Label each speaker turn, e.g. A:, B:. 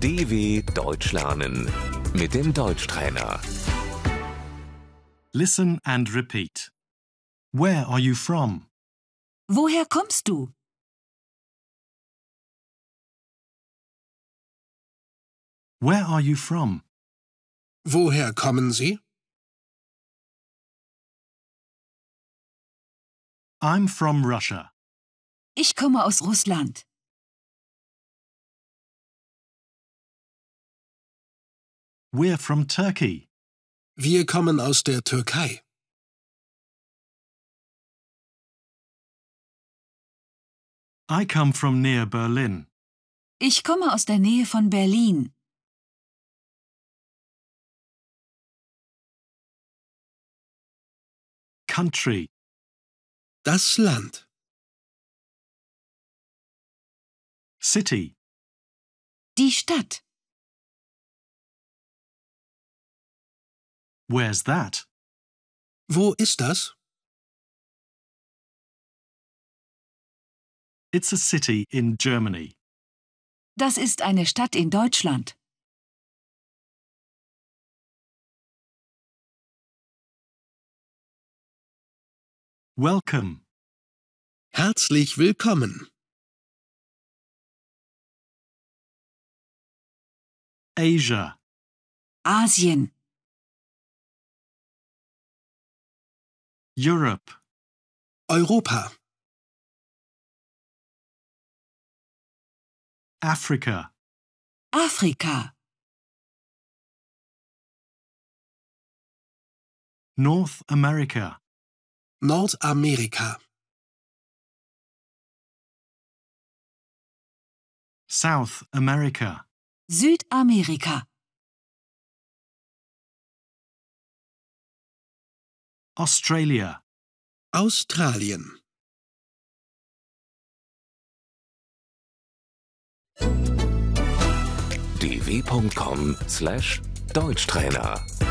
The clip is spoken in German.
A: DW Deutsch lernen mit dem Deutschtrainer.
B: Listen and repeat. Where are you from?
C: Woher kommst du?
B: Where are you from?
D: Woher kommen Sie?
B: I'm from Russia.
C: Ich komme aus Russland.
B: We're from Turkey.
D: Wir kommen aus der Türkei.
B: I come from near Berlin.
C: Ich komme aus der Nähe von Berlin.
B: Country.
D: Das Land.
B: City.
C: Die Stadt.
B: Where's that?
D: Wo ist das?
B: It's a city in Germany.
C: Das ist eine Stadt in Deutschland.
B: Welcome.
D: Herzlich willkommen.
B: Asia.
C: Asien.
B: Europe.
D: Europa.
B: Africa.
C: Afrika.
B: North America.
D: Nordamerika.
B: South America.
C: Südamerika.
B: Australia.
D: Australien.
A: dw.com/deutschtrainer